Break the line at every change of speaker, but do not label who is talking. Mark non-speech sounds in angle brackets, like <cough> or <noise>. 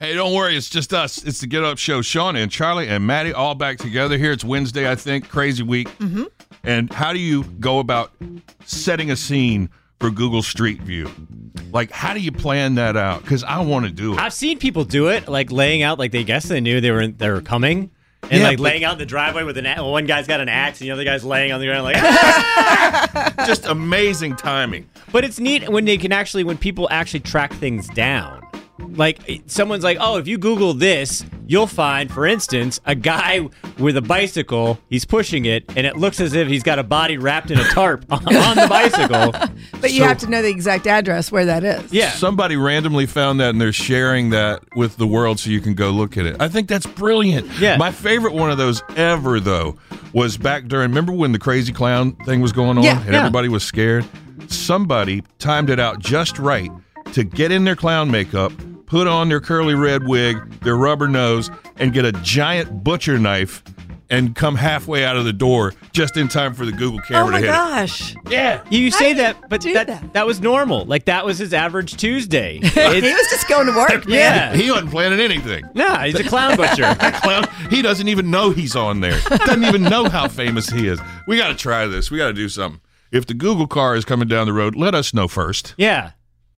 Hey, don't worry. It's just us. It's the Get Up Show. Sean and Charlie and Maddie all back together here. It's Wednesday, I think. Crazy week. Mm-hmm. And how do you go about setting a scene for Google Street View? Like, how do you plan that out? Because I want to do it.
I've seen people do it, like laying out, like they guess they knew they were they were coming, and
Yeah,
like
but-
laying out in the driveway with an axe. One guy's got an axe, and the other guy's laying on the ground like. "Ah!"
just amazing timing.
but it's neat when they can actually when people actually track things down. Like it- someone's like, oh, if you Google this, you'll find, for instance, a guy with a bicycle. He's pushing it, and it looks as if he's got a body wrapped in a tarp <laughs> on, on the
<laughs>
bicycle.
But you have to know the exact address where that is.
Yeah.
Somebody randomly found that and they're sharing that with the world so you can go look at it. I think that's brilliant.
Yeah.
My favorite one of those ever, though, was back during. Remember when the crazy clown thing was going on
Yeah.
and
Yeah.
everybody was scared? Somebody timed it out just right to get in their clown makeup, put on their curly red wig, their rubber nose, and get a giant butcher knife and come halfway out of the door just in time for the Google camera
Oh
to
my
hit it.
gosh.
Yeah.
You
How
say
do you
that, but
do
that, that
that?
was normal. Like that was his average
<laughs>
Tuesday.
He
It's-
was just going to
<laughs>
work, man.
yeah.
He wasn't planning anything.
Nah, he's a
<laughs>
clown butcher.
clown. He doesn't even know he's on there. Doesn't even know how famous he is. We got to try this. We got to do something. If the Google car is coming down the road, let us know first.
yeah.